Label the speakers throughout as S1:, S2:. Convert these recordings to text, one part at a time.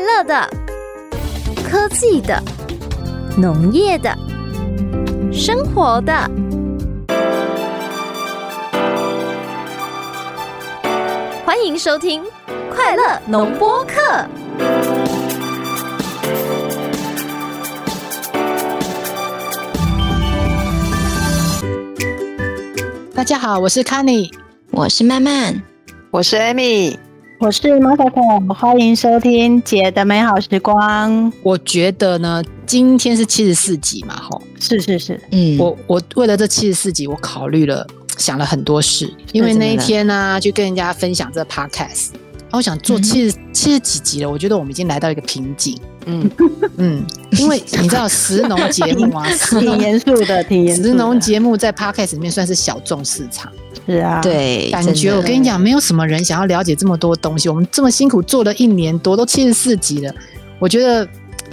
S1: 乐的、科技的、农业的、生活的。欢迎收听《快乐农播课》。
S2: 大家好，我是 c a n n y
S3: 我是曼曼，
S4: 我是 Amy。
S5: 我是 m o c o 欢迎收听姐的美好时光。
S2: 我觉得呢，今天是七十四集嘛，吼，
S5: 是是是，
S3: 嗯，
S2: 我我为了这七十四集，我考虑了，想了很多事，因为
S3: 怎么
S2: 那一
S3: 了
S2: 天呢、就跟人家分享这 podcast，然后我想做
S3: 嗯
S2: 七十七十几集了，我觉得我们已经来到一个瓶颈，
S4: 嗯，
S2: 嗯，因为你知道食农节目 啊，食
S5: 挺
S2: 农
S5: 严肃的，挺严肃的。
S2: 食农节目在 podcast 里面算是小众市场，
S5: 是啊，，
S3: 对，
S2: 感觉
S3: 真
S2: 我
S3: 的
S2: 跟你讲，没有什么人想要了解这么多东西，我们这么辛苦做了一年多，都七十四集了，我觉得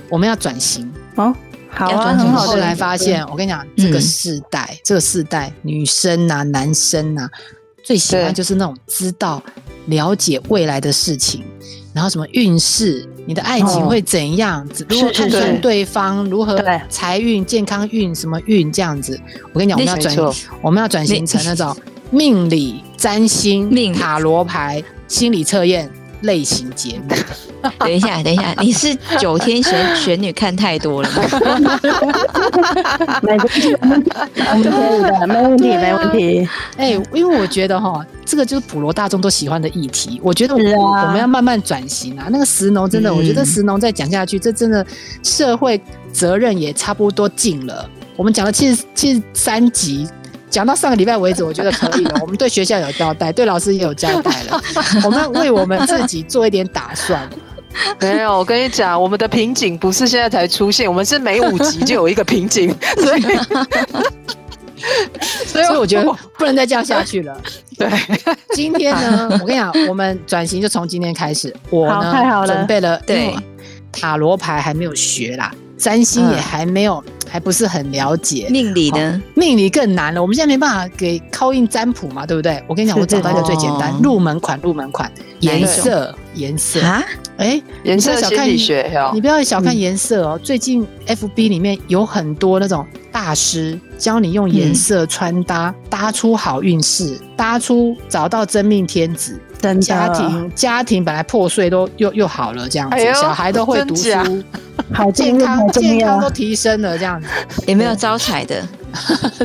S2: 我们要转型。
S5: 哦，好
S3: 要
S5: 啊，
S3: 转
S5: 很
S3: 型
S5: 好的。
S2: 后来发现，我跟你讲，这个世代，这个世代，女生啊，男生啊，最喜欢
S4: 对
S2: 就是那种知道、了解未来的事情，然后什么运势，你的爱情
S5: 哦
S2: 会怎样，子，如何
S5: 是
S2: 判
S5: 是
S2: 断
S4: 是
S2: 对方如何
S5: 对
S2: 财运、健康运、什么运这样子。我跟你讲，我们
S3: 那
S2: 要转
S4: 没错，
S2: 我们要转型成那种命理、占星、
S3: 命理
S2: 塔罗牌、心理测验类型节 目。
S3: 等 一下，等一下，你是九天玄玄女看太多了吗？
S5: 没关系，我们可以的，没问题，没问题。
S2: 哎、因为我觉得哈，这个就是普罗大众都喜欢的议题。我觉得我,、
S5: 是啊
S2: 们要慢慢转型啊。那个石农真的，
S3: 嗯
S2: 我觉得石农再讲下去，这真的社会责任也差不多尽了。我们讲了七十七十三集。讲到上个礼拜为止，我觉得可以 了。我们对学校有交代，对老师也有交代了。我们为我们自己做一点打算。
S4: 没有，我跟你讲，我们的瓶颈不是现在才出现，我们是每五集就有一个瓶颈，所以
S5: 哎
S4: 所以
S2: 所以我觉得不能再这样下去 了。
S4: 对，
S2: 今天呢，我跟你讲，我们转型就从今天开始。我
S5: 好
S2: 呢，
S5: 太好了
S2: 准备了，
S3: 对，
S2: 塔罗牌还没有学啦，占
S5: 嗯
S2: 星也还没有，还不是很了解。
S3: 命理呢？
S2: 命理更难了，我们现在没办法给靠印占卜嘛，对不对？我跟你讲，
S5: 是
S2: 我找到一个最简单，
S3: 哦
S2: 入门款，入门款，
S3: 哪一
S2: 颜
S3: 种
S2: 色，颜色。
S3: 啊，
S2: 哎，
S4: 颜色
S2: 你不要小
S4: 心
S2: 看
S4: 理学哟
S2: 你，不要小看颜色
S5: 嗯
S2: 哦，最近 FB 里面有很多那种大师教你用颜色穿搭、
S5: 嗯
S2: 搭出好运势，搭出找到真命天子，
S5: 真
S2: 家
S5: 的，
S2: 庭家庭本来破碎都又又好了这样子，
S4: 哎呦
S2: 小孩都会读书
S4: 真，假
S5: 好
S2: 健
S5: 重要， 好
S2: 康
S5: 重
S2: 健康都
S5: 要。
S2: 提升了这样子，
S3: 有没有招财的？哎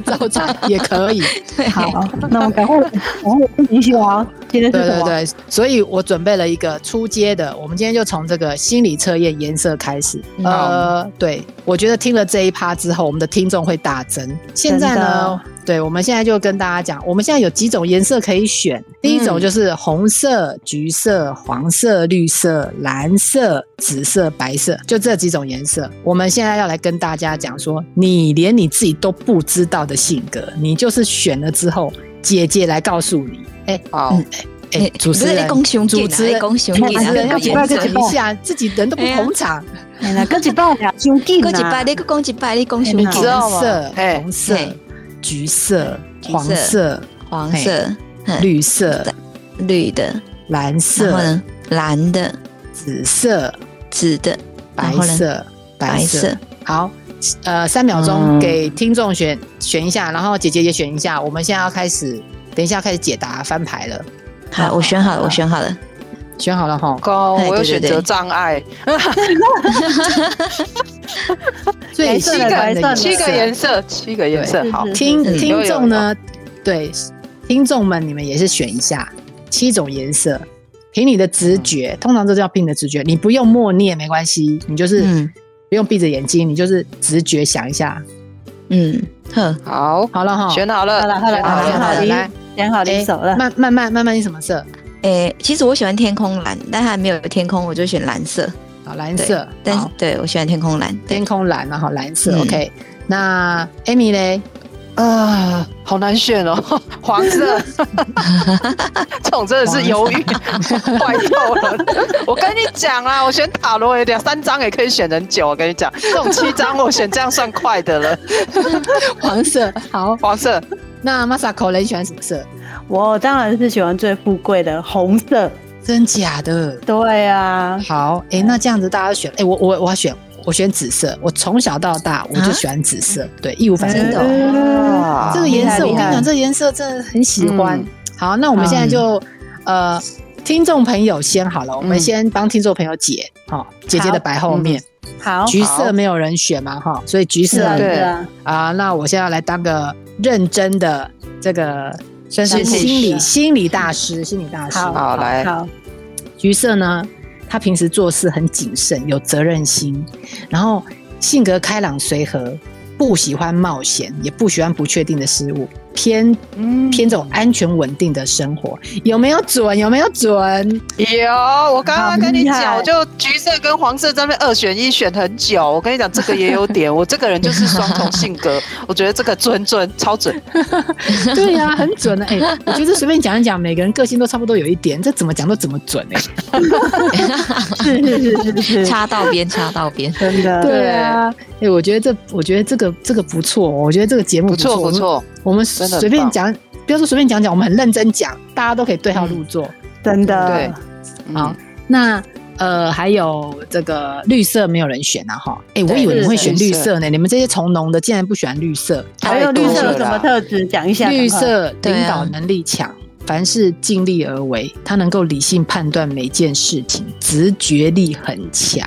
S2: 早餐也可以。
S3: 对，
S5: 好，那我们赶快，赶快继续聊。今天
S2: 对
S5: 是什
S2: 对
S5: 么？
S2: 对，所以我准备了一个初阶的，我们今天就从这个心理测验颜色开始。
S3: 嗯
S2: 呃，对，我觉得听了这一趴之后，我们的听众会大增。现在
S5: 真
S2: 呢
S5: 的，
S2: 对，我们现在就跟大家讲，我们现在有几种颜色可以选。第一种就是红色、橘色、黄色、绿色、蓝色、紫色、白色，就这几种颜色。我们现在要来跟大家讲说，你连你自己都不知道的性格，你就是选了之后，姐姐来告诉你。哎、
S4: 好
S3: 嗯，
S2: 哎、
S3: 你
S2: 主持
S3: 你不是
S2: 人
S3: 在攻熊
S2: 主
S3: 点啊
S2: 持人
S3: 在攻熊
S2: 主
S3: 点啊
S2: 持人要
S3: 在
S2: 检
S3: 攻
S2: 讨
S3: 熊
S2: 一下，自己人都不捧场。
S5: 哎呀，哥几拜俩兄弟
S3: 过
S5: 呢
S3: 几？拜，你过几拜，你恭喜
S5: 你
S3: 你
S2: 红
S4: 知道吗
S2: 色、
S4: 哎
S2: 红色
S3: 哎、
S2: 橘色、
S3: 橘色
S2: 黄色、
S3: 黄
S2: 哎
S3: 色、
S2: 绿色、
S3: 绿的，
S2: 蓝
S3: 然后
S2: 色、
S3: 呢，蓝的、
S2: 紫色、
S3: 紫的、
S2: 白
S3: 然后呢
S2: 色、
S3: 白
S2: 白色。
S3: 色。
S2: 好，呃，三秒钟
S4: 嗯
S2: 给听众选选一下，然后姐姐也选一下。我们现在要开始，等一下要开始解答翻牌了。
S3: 好，我选好了，我选好了。
S2: 选好了哈，
S4: 高，
S3: 哎
S4: 我
S3: 对
S4: 有
S3: 对
S4: 选
S3: 对
S4: 择障碍，
S2: 最喜
S5: 色
S4: 哎七
S2: 欢
S5: 的白色
S2: 的
S5: 的
S4: 七个颜色，七个颜色
S5: 对，
S4: 好
S5: 是，
S2: 听
S3: 嗯
S2: 听
S4: 有
S2: 众呢，对听众们，你们也是选一下七种颜色，凭你的直觉，通常这叫凭你的直觉，你不用默念没关系，你就是
S3: 嗯
S2: 不用闭着眼睛，你就是直觉想一下，
S3: 嗯，呵，
S4: 好，
S2: 好了哈，
S4: 选好了，
S5: 好了好了
S4: 选
S2: 好
S4: 好
S2: 了
S5: 选
S4: 了，
S5: 好
S2: 好了，
S5: 了
S2: 来，
S5: 选好
S2: 哎
S5: 离手了。
S2: 慢慢慢慢慢，你什么色？
S3: 诶，哎其实我喜欢天空蓝，但还没有天空，我就选蓝色。
S2: 好，蓝色，
S3: 但是
S2: 好，
S3: 对我喜欢天空蓝。对
S2: 天空蓝，然后蓝色
S3: 嗯
S2: ，OK。那 Amy 嘞？
S4: 啊，好难选哦， 黄色，这种真的是犹豫，坏透了。我跟你讲啊，我选塔罗有两三张也可以选很久，我跟你讲，这种七张我选这样算快的了。
S2: 黄色。好，
S4: 黄色，
S2: 那 Masako 嘞？你喜欢什么色？
S5: 我当然是喜欢最富贵的红色。
S2: 真假的？
S5: 对啊，
S2: 好，哎，那这样子大家选，哎，我我我要选，我选紫色。我从小到大我
S5: 啊
S2: 就喜欢紫色，对，义无反顾。
S3: 真的哦
S2: 这个颜色，我
S5: 哎厉害厉
S2: 跟
S5: 害
S2: 你讲，这个颜色真的很喜欢。
S4: 嗯
S2: 好，那我们现在就、呃，听众朋友先好了，我们
S4: 嗯
S2: 先帮听众朋友解哦，姐姐的白后面，
S5: 嗯好，
S2: 橘色没有人选嘛哈，所以橘
S5: 是
S2: 色
S5: 啊，
S2: 啊、
S5: 对啊，
S2: 那我现在要来当个认真的这个算是
S3: 心理
S2: 心理
S5: 师
S2: 心理大师，心理大师。
S5: 好
S4: 好来，
S5: 好，
S2: 橘色呢，他平时做事很谨慎，有责任心，然后性格开朗随和，不喜欢冒险，也不喜欢不确定的事物，偏
S4: 嗯
S2: 偏这种安全稳定的生活。有没有准？有没有准？
S4: 有，我刚刚跟你
S5: 好厉
S4: 讲，
S5: 害
S4: 我就橘色跟黄色在那边二选一选很久。我跟你讲，这个也有点，我这个人就是双重性格，我觉得这个准准超准。
S2: 对呀、很准的、哎、我觉得随便讲一讲，每个人个性都差不多有一点，这怎么讲都怎么准哎、
S5: 是是是是 是，
S3: 插到 边，插到边。
S5: 真的，
S2: 对啊，哎、我觉得这，我觉得这个这个不错哦，我觉得这个节目
S4: 不错
S2: 我
S4: 不
S2: 们，
S4: 错，
S2: 我们
S4: 真的很
S2: 随便
S4: 棒
S2: 讲，不要说随便讲讲，我们很认真讲，大家都可以对号入座。
S5: 真的，
S4: 对
S2: 好
S4: 嗯，
S2: 那呃，还有这个绿色没有人选啊哈。哎、我
S4: 对
S2: 以为你
S5: 是
S2: 们会选
S4: 绿
S2: 绿
S4: 色
S2: 色呢，你们这些从农的竟然不喜欢绿色。
S5: 还有
S4: 太多
S5: 绿色有
S4: 了
S5: 什么
S4: 啦
S5: 特质？讲一下，
S2: 绿
S5: 赶快
S2: 色
S3: 对
S2: 领
S3: 啊
S2: 导能力强，凡事尽力而为，他能够理性判断每件事情，直觉力很强。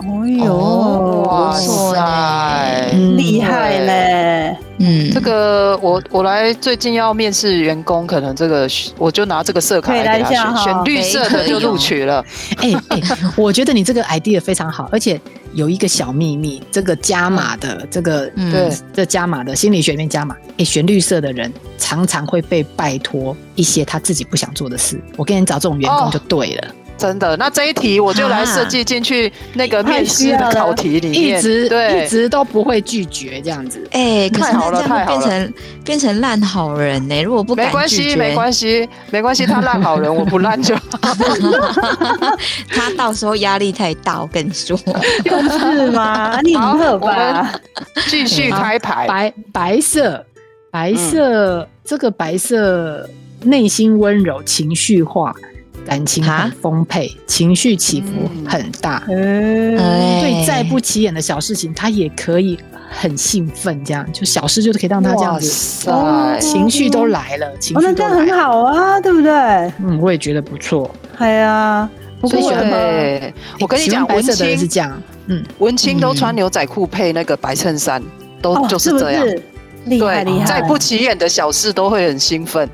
S5: 哎呦，
S3: 哦
S4: 哇
S3: 不错
S4: 塞，
S3: 呢
S5: 厉害嘞！
S3: 嗯，
S4: 这个我我来最近要面试员工，可能这个我就拿这个色卡
S5: 可以
S4: 来
S5: 来
S4: 给他
S5: 一下
S4: 选，
S5: 哈
S4: 选 绿色的就录取了。
S2: 哎、哎、 我觉得你这个 idea 非常好，而且有一个小秘密，这个加码的这个，
S3: 嗯
S2: 对，这加码的心理学里面加码，哎、选绿色的人常常会被拜托一些他自己不想做的事。我跟你找这种员工
S4: 哦
S2: 就对了，
S4: 真的，那这一题我就来设计进去那个面试的考题里
S2: 一
S4: 面，
S2: 直
S4: 对
S2: 一直都不会拒绝这样子。
S3: 哎、可
S4: 太
S3: 是那
S4: 好了
S3: 这样会
S4: 太好
S3: 变成变成烂好人呢、如果不
S4: 没
S3: 敢
S4: 关
S3: 拒
S4: 系，
S3: 绝，
S4: 没关系，没关系，他烂好 人，我不烂就好。
S3: 他到时候压力太大，我跟你 说。
S5: 是吗？你
S4: 好
S5: 很可
S4: 我
S5: 吧？
S4: 继续
S2: 好
S4: 开牌，
S2: 白白色，白色、这个白色内心温柔，情绪化，感情很
S3: 啊
S2: 丰沛，情绪起伏
S4: 嗯
S2: 很大。
S5: 嗯，
S3: 哎
S2: 对再不起眼的小事情，他也可以很兴奋，这样就小事就可以让他这样子，
S4: 哇
S5: 哦
S4: 塞，
S2: 情绪都来了，情
S5: 哦，那
S2: 绪
S5: 这
S2: 都来
S5: 样很
S2: 了。
S5: 好啊，对不对？
S2: 嗯，我也觉得不错。
S5: 哎呀，不
S2: 所
S5: 过
S2: 以喜欢
S5: 我
S4: 对，我跟你
S2: 喜欢
S4: 讲，
S2: 白
S4: 文
S2: 色的人是
S4: 青
S2: 这样，嗯，
S4: 文青都穿牛仔裤配那个白衬衫，都
S5: 哦，
S4: 就是是
S5: 不
S4: 这样。
S5: 是？厉害厉
S4: 对，
S5: 害，
S4: 再 不起眼的小事都会很兴奋。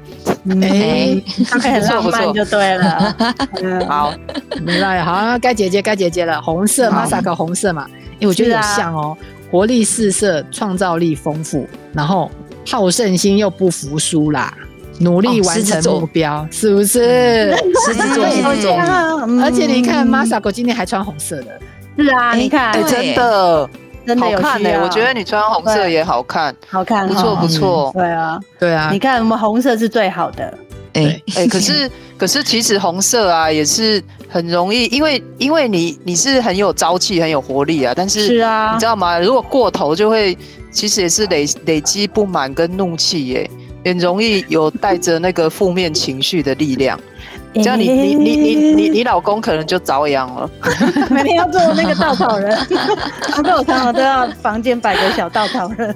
S2: 哎
S5: 哎，他可以很浪
S4: 不错不错
S5: 漫就 对了。 嗯
S4: 好，
S2: 明白了。好，该姐姐该姐姐了，红色
S4: 好
S2: 马萨克红色嘛，哎，我觉得
S5: 是
S2: 有
S5: 啊
S2: 像哦，活力四射，创造力丰富，然后好胜心又不服输啦，努力
S3: 哦
S2: 完
S3: 狮子
S2: 成
S3: 座
S2: 目标，是不是？
S3: 狮子座，
S5: 对
S3: 狮
S5: 都
S3: 子
S5: 这
S3: 座，
S5: 样嗯
S2: 哎而且你看，马萨克今天还穿红色的，
S5: 是啊，
S3: 哎
S5: 你看
S4: 哎、，
S3: 对
S4: 真的
S5: 真的
S4: 好
S5: 有
S4: 看
S5: 需
S4: 呢、
S5: 要
S4: 我觉得你穿红色
S5: 对
S4: 也好看，
S5: 好看，
S4: 不错
S5: 哈
S4: 不错。
S5: 对啊，
S2: 对啊
S5: 你，看我们红色是最好的，
S3: 哎
S4: 哎、可是可是其实红色啊也是很容易，因为因为你你是很有朝气、很有活力啊，但是
S5: 是啊
S4: 你知，道吗？如果过头就会，其实也是累累积不满跟怒气耶、很容易有带着那个负面情绪的力量，这样你你你你你 你老公可能就遭殃了。
S5: 哎每天要做那个稻草 人，我跟我常常都要房间摆个小稻草人，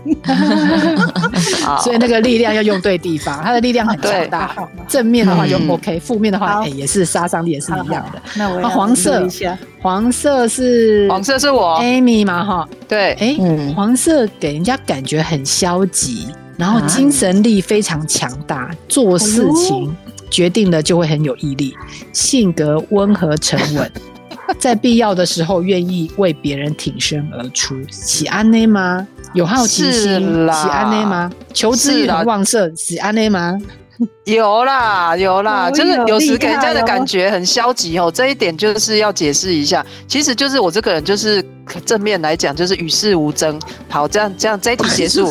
S4: 好
S2: 所以那个力量要用对地 方，它的力量很强
S4: 啊
S2: 大。正面的话就
S4: 嗯
S2: OK，负、面的话、
S5: 好
S2: 哎也是杀伤力也是一样的。
S5: 那我
S2: 啊，
S5: 要
S2: 黄
S5: 努
S2: 色
S5: 力一下，
S2: 黄色是哎
S4: 黄色是我，
S2: Amy 嘛哈，
S4: 对，
S2: 哎、
S3: 嗯
S2: 黄色给人家感觉很消极，然后
S3: 啊
S2: 精神力非常强大，做事
S4: 哦
S2: 情决定了就会很有毅力，性格温和沉 稳。在必要的时候，愿意为别人挺身而出，喜安内吗？有好奇
S4: 是
S2: 心，
S4: 啦
S2: 喜安内吗？求知欲
S4: 是啦
S2: 很旺盛，喜安内吗？
S4: 有啦，有啦，
S5: 哦
S4: 就是
S5: 有
S4: 有时
S5: 厉
S4: 给人家的
S5: 害哦
S4: 感觉很消极哦。这一点就是要解释一下，其实就是我这个人就是正面来讲就是与世无争。好，这样这样这一题结束。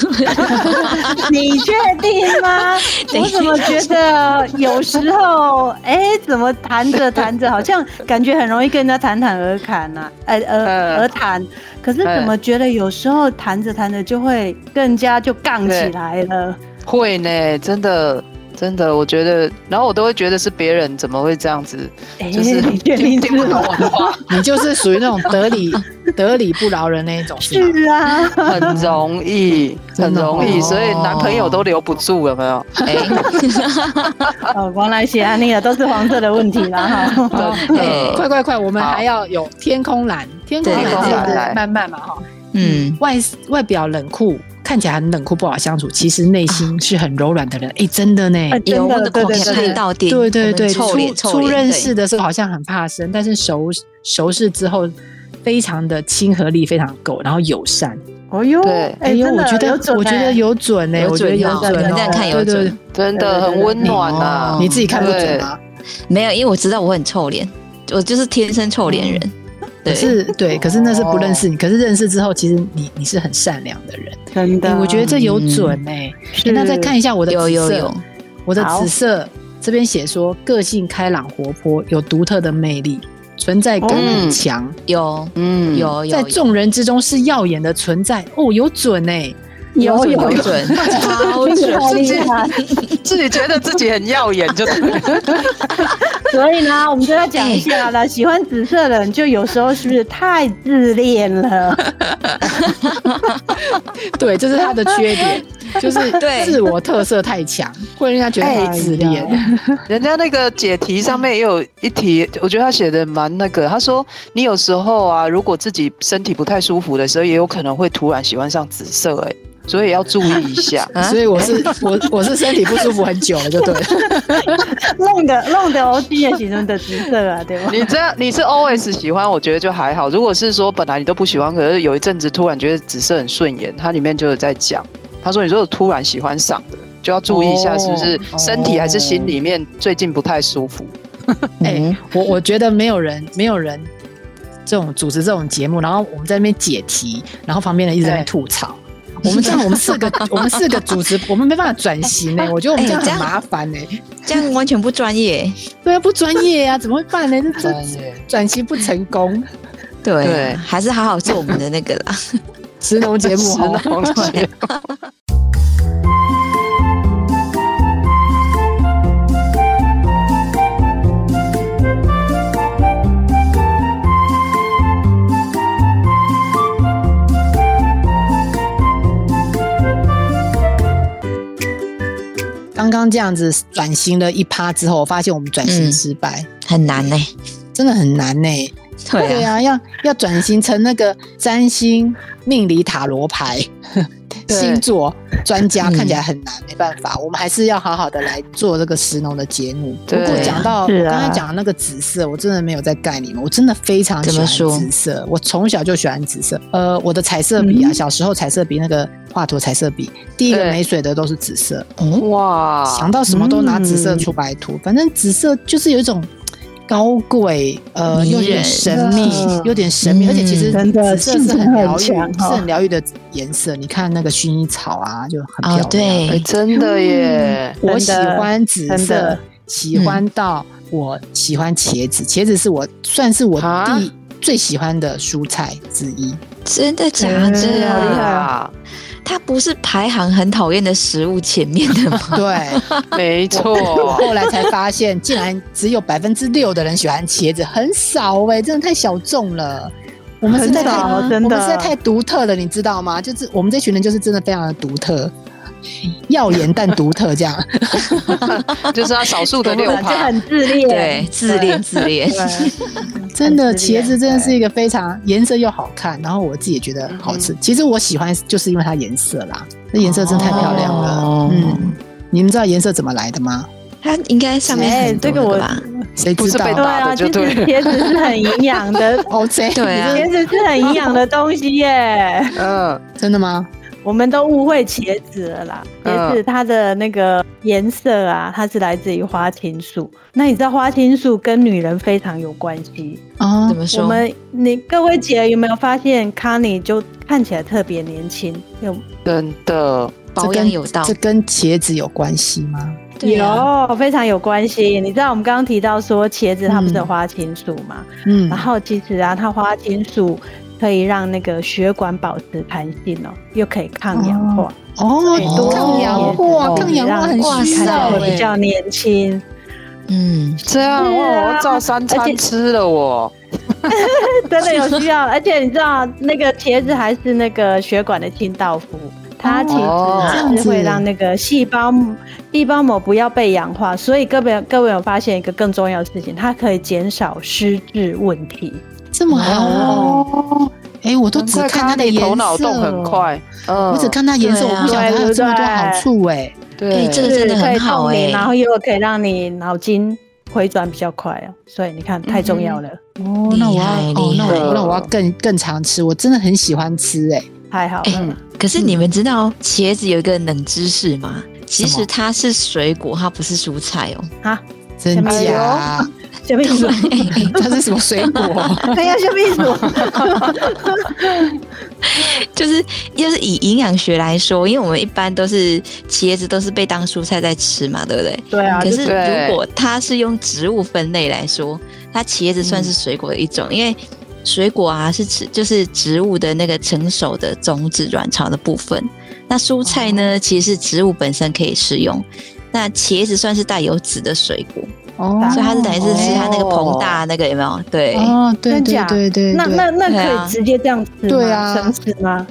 S5: 你确定吗？
S3: 等一
S5: 我
S3: 下
S5: 怎么觉得有时候，哎，怎么谈着谈着，好像感觉很容易跟人家侃侃而谈呐、啊，呃
S4: 嗯
S5: 呃而谈，可是怎么觉得有时候谈着谈着就会更加就杠起来了？
S4: 会呢，真的真的，我觉得，然后我都会觉得是别人怎么会这样子，
S5: 哎
S4: 就是
S5: 你确定
S4: 听听不
S5: 是
S4: 懂
S5: 吗？
S4: 我的话，
S2: 你就是属于那种得 理得理不饶人那一种，是吗？
S5: 是啊，
S4: 很容易，很
S2: 真的哦
S4: 容易，所以男朋友都留不住，有没有？
S3: 哎、
S5: 哦，原来写安利了，都是黄色的问题啦 哈。
S4: 真
S3: 哎
S4: 的，
S2: 快快快，我们
S4: 好
S2: 还要有天空蓝，天空
S3: 对
S2: 蓝
S3: 天空
S4: 蓝
S2: 是
S4: 来
S2: 慢慢嘛哈，
S3: 嗯，
S2: 外外表冷酷，看起来很冷酷不好相处，其实内心是很柔软的人。哎、真的呢。
S5: 哎
S3: 有我
S5: 真
S3: 的
S5: 的，对
S3: 口
S5: 对
S3: 才
S5: 对
S3: 配到顶，
S2: 对对
S3: 我
S2: 对，
S3: 们臭
S2: 初
S3: 脸臭
S2: 初
S3: 脸，
S2: 认
S3: 对
S2: 识的时候好像很怕生，但是熟熟识之后，非常的亲和力非常够，然后友善。
S5: 哦哟，
S4: 对
S5: 哎
S2: 呦，
S5: 真
S2: 我
S5: 的
S2: 觉得
S5: 有准
S2: 我觉
S5: 欸
S2: 得有准呢、
S3: 有
S2: 我觉得
S3: 准
S2: 有
S3: 哦
S2: 准、哦，
S5: 这样看
S3: 有
S2: 对对
S3: 准
S2: 对
S4: 真的很温暖呐
S3: 哦。
S2: 你自己看不准啊。
S3: 没有，因为我知道我很臭脸，我就是天生臭脸人。
S4: 嗯
S3: 对，哦
S2: 可是对，可是那是不认识你，可是认识之后，其实你你是很善良的人。
S5: 真
S2: 哎
S5: 的，
S2: 我觉得这有准哎、
S5: 是
S2: 那再看一下我的
S3: 啊有
S2: 紫
S3: 有
S2: 色
S3: 有，
S2: 我的
S5: 好
S2: 紫色这边写说，个性开朗活泼，有独特的魅力，存在感很
S4: 嗯
S2: 强，
S3: 有
S4: 嗯，
S3: 有哦有，
S2: 在众人之中是耀眼的存在。哦，有准哎、
S5: 有
S3: 有
S5: 有
S3: 有
S5: 有，
S3: 准，超准，
S5: 好厉害！
S4: 自己觉得自己很耀眼，就
S5: 所以呢，我们就要讲一下
S2: 哎
S5: 了。喜欢紫色的人，就有时候是不是太自 恋了？
S2: 对，这是他的缺 点，就是
S3: 对。
S2: 自我特色太强，会让人家觉得他自恋。
S4: 人家那个解题上面也有一题，我觉得他写的蛮那个。他说，你有时候啊，如果自己身体不太舒服的时候，也有可能会突然喜欢上紫色、欸，所以要注意一下
S3: 啊
S2: 所以我是我我是身体不舒服很久了，就对了。
S5: 弄得弄得欧弟也喜欢的紫色啊，对吧？
S4: 你这样你是 always 喜欢，我觉得就还好。如果是说本来你都不喜欢，可是有一阵子突然觉得紫色很顺眼，它里面就有在讲，他说你如果突然喜欢上的，就要注意一下是不是
S2: 哦
S4: 身体还是心里面最近不太舒 服。
S2: 哎、我我觉得没有人，没有人这种主持这种节目，然后我们在那边解题，然后旁边人一直在那边吐槽。我们这 样，我们四 个，我们四个主持，我们没办法转型呢、我觉得我们这样
S3: 哎这
S2: 很
S3: 样
S2: 麻烦呢、
S3: 这样完全不专业。
S2: 对啊，不专业啊，怎么会办呢？这
S4: 专
S2: 这
S4: 业
S2: 转型不成功，
S3: 对，啊
S4: 对
S3: 还是好好做我们的那个啦。
S2: 石农节
S3: 啊
S2: 目哦。
S4: 是那种节目
S2: 刚刚这样子转型了一趴之后，我发现我们转型失败，
S3: 很难呢、欸
S2: 真的很难呢、
S3: 对啊，
S2: 啊，要要转型成那个占星、命理、塔罗牌、
S4: 对
S2: 星座专家，
S3: 嗯
S2: 看起来很难，没办法，我们还是要好好的来做这个石农的节目。不
S4: 对
S2: 过讲到我
S5: 是啊
S2: 刚才讲的那个紫色，我真的没有在盖你们，我真的非常喜
S3: 怎么说
S2: 欢紫色，我从小就喜欢紫色。呃，我的彩色笔啊，小时候彩色笔那个画图彩色笔，第一个
S4: 对哦
S2: 没水的都是紫色。
S4: 哇，
S3: 啊
S2: 想到什么都拿紫色出白图，
S3: 嗯
S2: 反正紫色就是有一种高贵，呃，
S3: 迷
S2: 又有点
S3: 人
S2: 神秘
S5: 嗯，
S2: 有点神秘，
S3: 嗯
S2: 而且其实
S5: 真的
S2: 紫色是
S5: 气质
S2: 很疗愈，
S5: 很
S2: 是
S5: 强哦
S2: 很疗愈的颜色。你看那个薰衣草啊，就很漂亮。
S3: 哦
S4: 哎、
S3: 对，
S4: 真的耶，
S2: 我喜
S5: 真的
S2: 欢紫
S5: 真
S2: 色
S5: 的，
S2: 喜欢到我喜欢茄子，茄子是我算是我
S4: 啊
S2: 第最喜欢的蔬菜之 一。
S3: 真的假
S5: 对
S3: 的
S5: 啊
S4: 好厉害
S3: 啊？
S4: 啊！
S3: 它不是排行很讨厌的食物前面的吗？
S2: 对，
S4: 没错，
S2: 后来才发现，竟然只有百分之六的人喜欢茄子，很少哎、真的太小众了。我们实
S5: 很
S2: 在太
S5: 少，真
S2: 我
S5: 的
S2: 们实在太独特了，你知道吗？就是我们这群人就是真的非常的独特，耀眼但独特 这样。
S4: 就是他少数的
S5: 对
S4: 六
S5: 吧就
S4: 趴，
S5: 很自 恋，
S3: 对，自恋自恋。
S2: 真的，
S5: 很自恋
S2: 茄子真的是一个非常颜色又好看，然后我自己也觉得好
S5: 嗯
S2: 吃。其实我喜欢就是因为它颜色啦，那颜色真的太漂亮了。
S3: 哦
S2: 嗯，你们知道颜色怎么来的吗？
S3: 它应该上面
S5: 哎
S3: 很多
S5: 这个我
S3: 那吧？
S2: 谁
S4: 不
S2: 知
S4: 是
S2: 道哦
S4: 被
S5: 对啊，
S4: 大的
S5: 其
S4: 就
S5: 实
S4: 对了
S5: 茄子是很营养 的，
S2: ？OK，
S3: 对啊
S5: 茄子是很营养的东西耶。
S4: 嗯，
S2: 真的吗？
S5: 我们都误会茄子了啦。
S4: 嗯
S5: 茄子它的那个颜色啊，它是来自于花青素。那你知道花青素跟女人非常有关系。
S2: 啊
S3: 怎，么
S5: 我
S3: 说？
S5: 们你各位姐有没有发现，康妮就看起来特别年轻？有
S4: 真的，
S3: 保
S2: 这
S3: 养
S2: 跟
S3: 有道
S2: 这，跟茄子有关系吗？
S3: 对啊
S5: 有非常有关系。你知道我们刚刚提到说茄子它不是有花青素嘛？
S2: 嗯
S5: 然后其实啊，它花青素可以让那个血管保持弹性哦，又可以抗氧化。
S2: 哦
S5: 最多，哦
S2: 抗氧化，抗氧化很
S3: 哇
S2: 需
S3: 塞
S2: 要
S5: 看起来比
S2: 哎。
S5: 较年轻。
S3: 嗯，
S4: 这样
S5: 对啊
S4: 哇，我照三
S5: 而且
S4: 餐吃了我，
S5: 真的有需要，而且你知道那个茄子还是那个血管的清道夫，它其
S4: 哦
S5: 实还是会让那个细胞细胞膜不要被氧化，所以各位各位有发现一个更重要的事情，它可以减少失智问题。
S2: 这么
S5: 嗯
S2: 好哦！
S4: 哦，
S2: 哎，我都
S4: 难
S2: 只
S4: 怪
S2: 看它
S4: 康
S2: 的
S4: 妮
S2: 颜色，
S4: 头脑动很，快，嗯，
S2: 我只看它颜色，
S3: 对
S2: 我
S3: 啊
S2: 不晓得它有这么多好处哎。
S4: 对
S3: 哎这个真的
S5: 是可
S3: 很
S5: 以
S3: 好
S5: 动你
S3: 欸
S5: 然后又可以让你脑筋回转比较快哦，所以你看太重要了，
S3: 嗯
S2: 哦，那我要
S3: 厉害
S2: 哦，那
S4: 厉害
S2: 我那我要更更常吃，我真的很喜欢吃哎。
S5: 太好了。
S3: 哎 可是你们知道茄子有一个冷知识吗？其
S2: 什么
S3: 实它是水果，它不是蔬菜 哦。
S2: 真
S5: 哎呦
S2: 假？哎
S5: 小秘书，
S2: 它是什么水 果？
S3: 啊
S5: 哎呀，小秘书，
S3: 就是要是以营养学来说，因为我们一般都是茄子都是被当蔬菜在吃嘛，对不对？
S5: 对啊，
S3: 可是
S5: 就是
S4: 对
S3: 如果它是用植物分类来说，它茄子算是
S5: 嗯
S3: 水果的一种，因为水果啊是吃就是植物的那个成熟的种子卵巢的部分。那蔬菜呢，
S5: 哦
S3: 其实是植物本身可以食用。那茄子算是带有籽的水果，
S2: 哦
S3: 所以它是等于是吃它那个膨大那个有没有？对，哎、
S2: 哦，对
S5: 真
S2: 对
S5: 假
S2: 对对，
S5: 那
S2: 对
S5: 那那
S3: 对
S5: 可
S3: 啊
S5: 以直接这样吃吗？
S2: 对啊
S5: 生吃吗？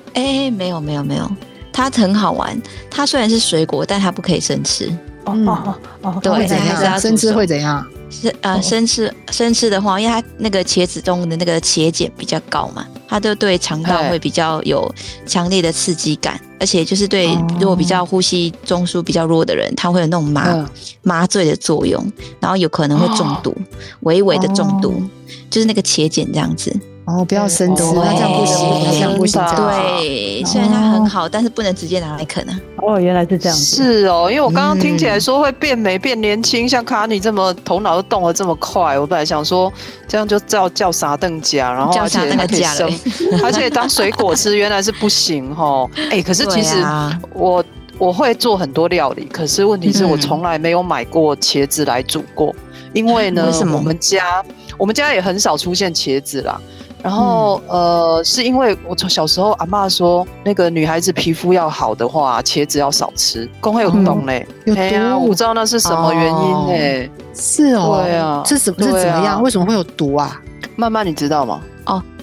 S3: 没有没有没有，它很好玩。它虽然是水果，但它不可以生吃。
S5: 哦
S2: 嗯
S5: 哦哦哦，
S3: 对
S2: 会
S5: 会
S2: 怎
S5: 怎
S3: 还是要
S2: 样？
S3: 煮
S2: 甚至
S3: 熟
S2: 会怎样？
S3: 是
S4: 哦
S3: 呃，生吃生吃的话，因为它那个茄子中的那个茄碱比较高嘛，它就对肠道
S4: 哎
S3: 会比较有强烈的刺激感，而且就是对
S2: 哦
S3: 如果比较呼吸中枢比较弱的人，它会有那种麻、
S2: 嗯
S3: 麻醉的作用，然后有可能会中毒，
S4: 哦
S3: 微微的中毒，就是那个茄碱这样子。
S2: 哦，不要生吃，
S4: 哦
S2: 那这样不行，
S3: 对
S2: 那这样不行，
S4: 真的
S2: 这样
S3: 对，虽然它很好，但是不能直接拿来啃啊。
S5: 哦，原来是这样子。
S4: 是哦，因为我刚刚听起来说会变美、变年轻，像卡尼这么头脑都动得这么快，我本来想说这样就叫叫啥邓家，然后
S3: 叫
S4: 而且
S3: 啥
S4: 还
S3: 那个
S4: 可以
S3: 家了
S4: 生，而且当水果吃原来是不行哦。哎、可是其实
S3: 对啊
S4: 我、我会做很多料理，可是问题是我
S3: 嗯
S4: 从来没有买过茄子来煮过，因为呢，
S3: 啊为什么
S4: 我们家我们家也很少出现茄子啦。然后、
S3: 嗯
S4: 呃，是因为我从小时候阿嬷说，那个女孩子皮肤要好的话，茄子要少吃。公会有
S3: 嗯
S4: 懂嘞，
S2: 有
S4: 哎呀、
S5: 啊
S2: 毒
S4: 我不知道那是什么原
S3: 哦
S4: 因嘞、
S2: 是哦，
S4: 对啊
S2: 这怎么是
S4: 对啊
S2: 怎么样？为什么会有毒啊？
S4: 慢慢你知道吗？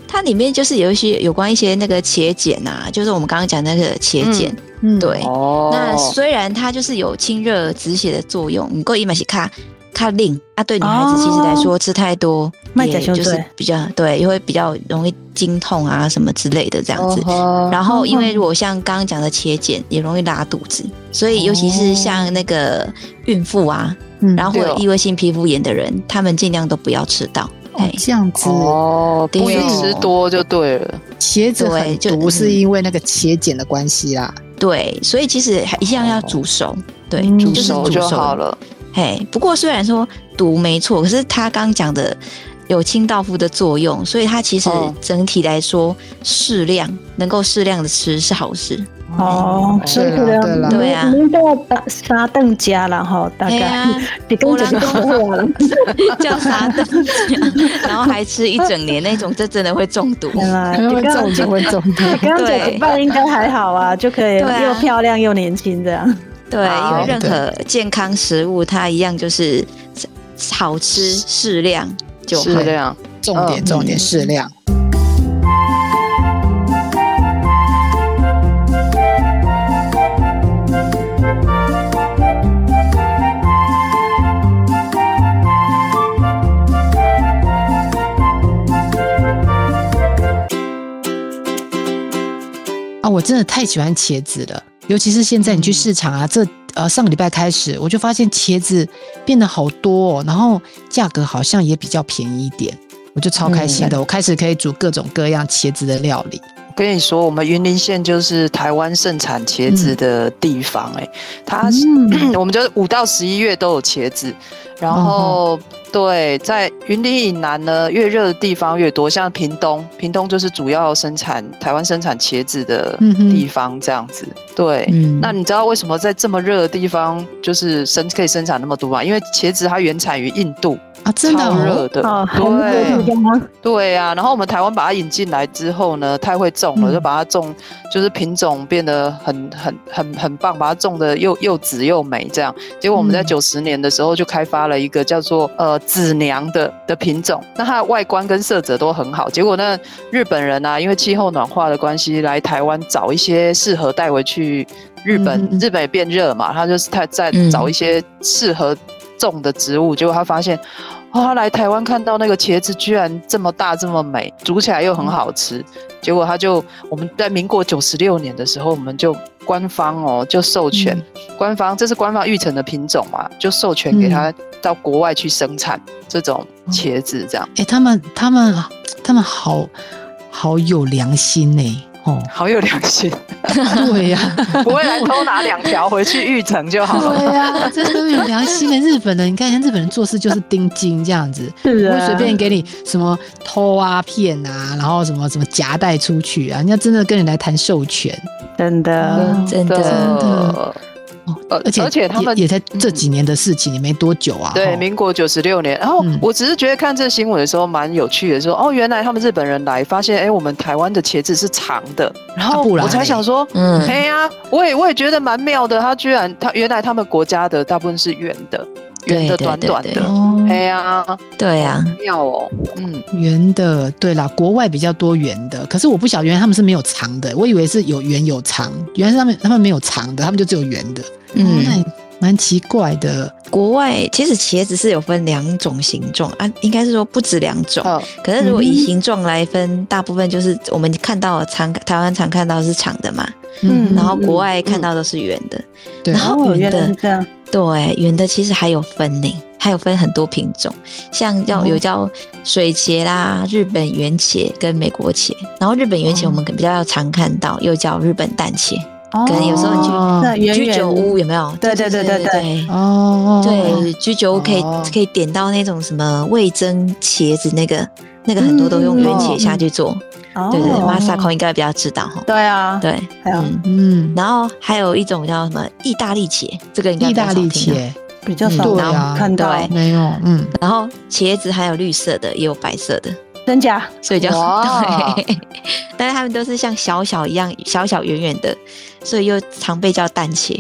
S3: 它里面就是有一些有关一些那个茄碱啊，就是我们刚刚讲那个茄碱，
S2: 嗯，
S3: 对，
S4: 哦
S3: 那虽然它就是有清热止血的作用，你够伊买是卡卡令，啊，对女孩子其实来说、吃太多，
S5: 麦
S3: 也
S5: 甲胸
S3: 就是
S5: 椎
S3: 比较对，也会比较容易经痛啊什么之类的这样子。
S4: 嗯哼
S3: 然后，因为如果像刚刚讲的茄碱，也容易拉肚子，所以尤其是像那个孕妇啊，
S2: 嗯，
S3: 然后会
S4: 对
S3: 有
S4: 哦
S3: 异位性皮肤炎的人，他们尽量都不要吃到。
S2: 哦
S3: 哎，
S2: 这样子，
S4: 哦，
S3: 对
S4: 不宜
S3: 哦
S4: 吃多就对了。
S2: 茄子很
S3: 对就
S2: 毒，
S3: 嗯
S2: 是因为那个茄碱的关系啦。
S3: 对，所以其实还一样要煮熟，对，
S2: 嗯
S3: 就
S4: 哦煮
S3: 是
S4: 熟
S3: 煮
S4: 就
S3: 熟
S4: 好了。
S3: 嘿，不过虽然说毒没错，可是他刚讲的有清道夫的作用，所以它其实
S4: 哦
S3: 整体来说适量，能够适量的吃是好事。
S5: 哦，所以
S2: 对啦对啦
S3: 对啊
S5: 您都要打沙凳家了哈，大
S3: 嘿
S5: 概
S3: 啊，
S5: 你跟姐姐说 了，
S3: 叫啥的，然后还吃一整年那种，这真的会中 毒。
S5: 原来
S2: 会
S5: 你刚
S2: 中毒，哦会中毒。
S5: 你刚姐姐
S3: 对
S5: 办应该还好啊，就可以
S3: 对啊
S5: 又漂亮又年轻这样。
S3: 对，因
S4: 好
S3: 为任何健康食物，它一样就是好吃适量就好
S4: 适。量。
S2: 重点
S4: 嗯
S2: 重点适量。啊，我真的太喜欢茄子了，尤其是现在你去市场啊，这呃上个礼拜开始，我就发现茄子变得好多、哦，然后价格好像也比较便宜一点，我就超开心的，我开始可以煮各种各样茄子的料理。
S4: 跟你说，我们云林县就是台湾盛产茄子的地方、哎、它、
S2: 嗯
S4: 我们就是五到十一月都有茄子，然
S2: 嗯
S4: 后、对，在云林以南呢，越热的地方越多，像屏东，屏东就是主要生产台湾生产茄子的
S2: 嗯哼
S4: 地方，这样子，对。
S3: 嗯
S4: 那你知道为什么在这么热的地方，就是生可以生产那么多吗？因为茄子它原产于印度，
S2: 啊，真的
S4: 超热
S2: 哦，
S4: 的，
S5: 哦，韩国
S4: 对
S5: 豆浆
S4: 对啊，然后我们台湾把它引进来之后呢，太会种
S2: 嗯
S4: 了，就把它种，就是品种变得很很很很棒，把它种的又又紫又美这样。结果我们在
S2: 嗯
S4: 九十年的时候就开发了一个叫做呃紫娘的的品种，那它的外观跟色泽都很好。结果呢，日本人啊，因为气候暖化的关系，来台湾找一些适合带回去日本，
S3: 嗯嗯嗯
S4: 日本也变热嘛，他就是他在
S3: 嗯
S4: 找一些适合种的植物，结果他发现。哦，他来台湾看到那个茄子居然这么大这么美，煮起来又很好吃，结果他就我们在民国九十六年的时候，我们就官方哦就授权，官方这是官方育成的品种嘛，就授权给他到国外去生产这种茄子这样。，
S2: 哎、他们他们他们好好有良心呢、哦
S4: 好有良心，
S2: 对呀、
S4: 不会来偷拿两条回去育成就好 了。
S2: 对呀、真的有良心的日本人。你看，像日本人做事就是盯紧这样子，
S5: 是
S2: 不会
S5: 啊，
S2: 随便给你什么偷啊、骗啊，然后什么什么夹带出去啊，人家真的跟你来谈授权，
S5: 真的，
S3: 真
S4: 真
S3: 的，
S4: 的
S2: 哦
S4: 呃
S2: 而且
S4: 而且他们
S2: 也也才这
S3: 嗯
S2: 几年的事情，也没多久啊。
S4: 对，
S2: 哦
S4: 民国九十六年。然后
S2: 嗯
S4: 我只是觉得看这新闻的时候蛮有趣的，说哦，原来他们日本人来发现，哎，我们台湾的茄子是长的，然后
S2: 啊不然
S4: 我才
S2: 嘞
S4: 想说，
S3: 嗯
S4: 哎呀、我也我也觉得蛮妙的，他居然他原来他们国家的大部分是圆的，圆
S3: 对
S4: 的
S3: 对
S4: 短
S3: 对
S4: 短
S3: 对
S4: 的，
S2: 哦，
S4: 哎呀，
S3: 对啊呀，
S4: 妙哦，嗯，
S2: 圆的，对啦，国外比较多圆的，可是我不晓得原来他们是没有长的，我以为是有圆有长，原来是他们他们没有长的，他们就只有圆的，嗯，那
S3: 嗯，
S2: 也蛮奇怪的，
S3: 国外其实茄子是有分两种形状啊，应该是说不止两种，
S2: 哦
S4: 好，
S3: 可是如果
S5: 嗯
S3: 以形状来分，大部分就是我们看到的常台湾常看到的是长的嘛，
S5: 嗯
S3: 然后国外看到的是圆的，
S2: 对
S3: 然后
S5: 哦，
S3: 圆
S5: 原来
S3: 的
S5: 是这样，
S3: 对，圆的其实还有分呢，还有分很多品种，像叫、
S2: 哦
S3: 有叫水茄啦、日本圆茄跟美国茄。然后日本圆茄我们比较常看到，又叫日本蛋茄。
S2: 哦
S5: 可
S3: 可能有时候你去
S5: 那圆
S3: 居酒
S5: 圆
S3: 屋有没有？
S5: 对
S3: 对
S5: 对对
S3: 对
S5: 对
S3: 对。
S2: 哦，
S3: 对，居酒屋可以、
S2: 哦
S3: 可以点到那种什么味增茄子，那个那个很多都用圆茄下去做，
S5: 嗯哦
S3: 对对对，
S2: 哇
S3: 马萨空应该比较知道哈。
S5: 对啊，
S3: 对，
S5: 还有
S3: 嗯，
S2: 嗯，
S3: 然后还有一种叫什么意大利茄，这个应该
S2: 意
S3: 比较
S2: 大
S3: 少
S2: 利
S3: 听到
S2: 茄
S5: 比较
S2: 嗯
S5: 少
S2: 对啊
S5: 看到，
S3: 对
S2: 没有，嗯，
S3: 然后茄子还有绿色的，也有白色的，
S5: 真假？
S3: 所以就
S2: 哦
S4: 哇
S3: 对。但是它们都是像小小一样，小小圆圆的，所以又常被叫蛋茄。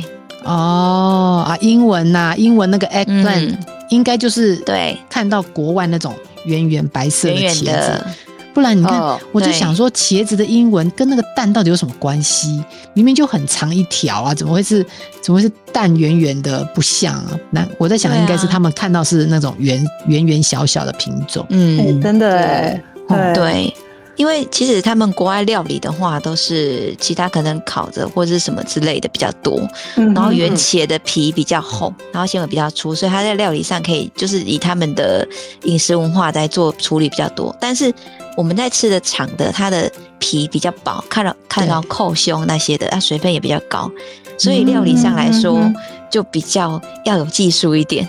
S2: 哦啊，英文呐、英文那个 eggplant、
S3: 嗯
S2: 应该就是
S3: 对，
S2: 看到国外那种圆圆白色的
S3: 圆
S2: 茄
S3: 圆
S2: 子，
S3: 的，哦
S2: 不然你看，
S4: 嗯
S2: 我就
S3: 对
S2: 想说茄子的英文跟那个蛋到底有什么关系？明明就很长一条啊，怎么会是怎么会是蛋圆圆的不像啊？那我在想，
S3: 对啊
S2: 应该是他们看到是那种圆圆圆小小的品种。
S5: 哎
S3: 嗯，
S5: 真的哎，对
S3: 对。因为其实他们国外料理的话，都是其他可能烤着或是什么之类的比较多，
S5: 嗯
S3: 然后
S5: 哼
S3: 圆茄的皮比较厚，然后纤维比较粗，所以它在料理上可以就是以他们的饮食文化在做处理比较多。但是我们在吃的长的，它的皮比较薄，看到看到扣胸那些的，它水分也比较高，所以料理上来说、
S5: 嗯嗯嗯
S3: 就比较要有技术一点。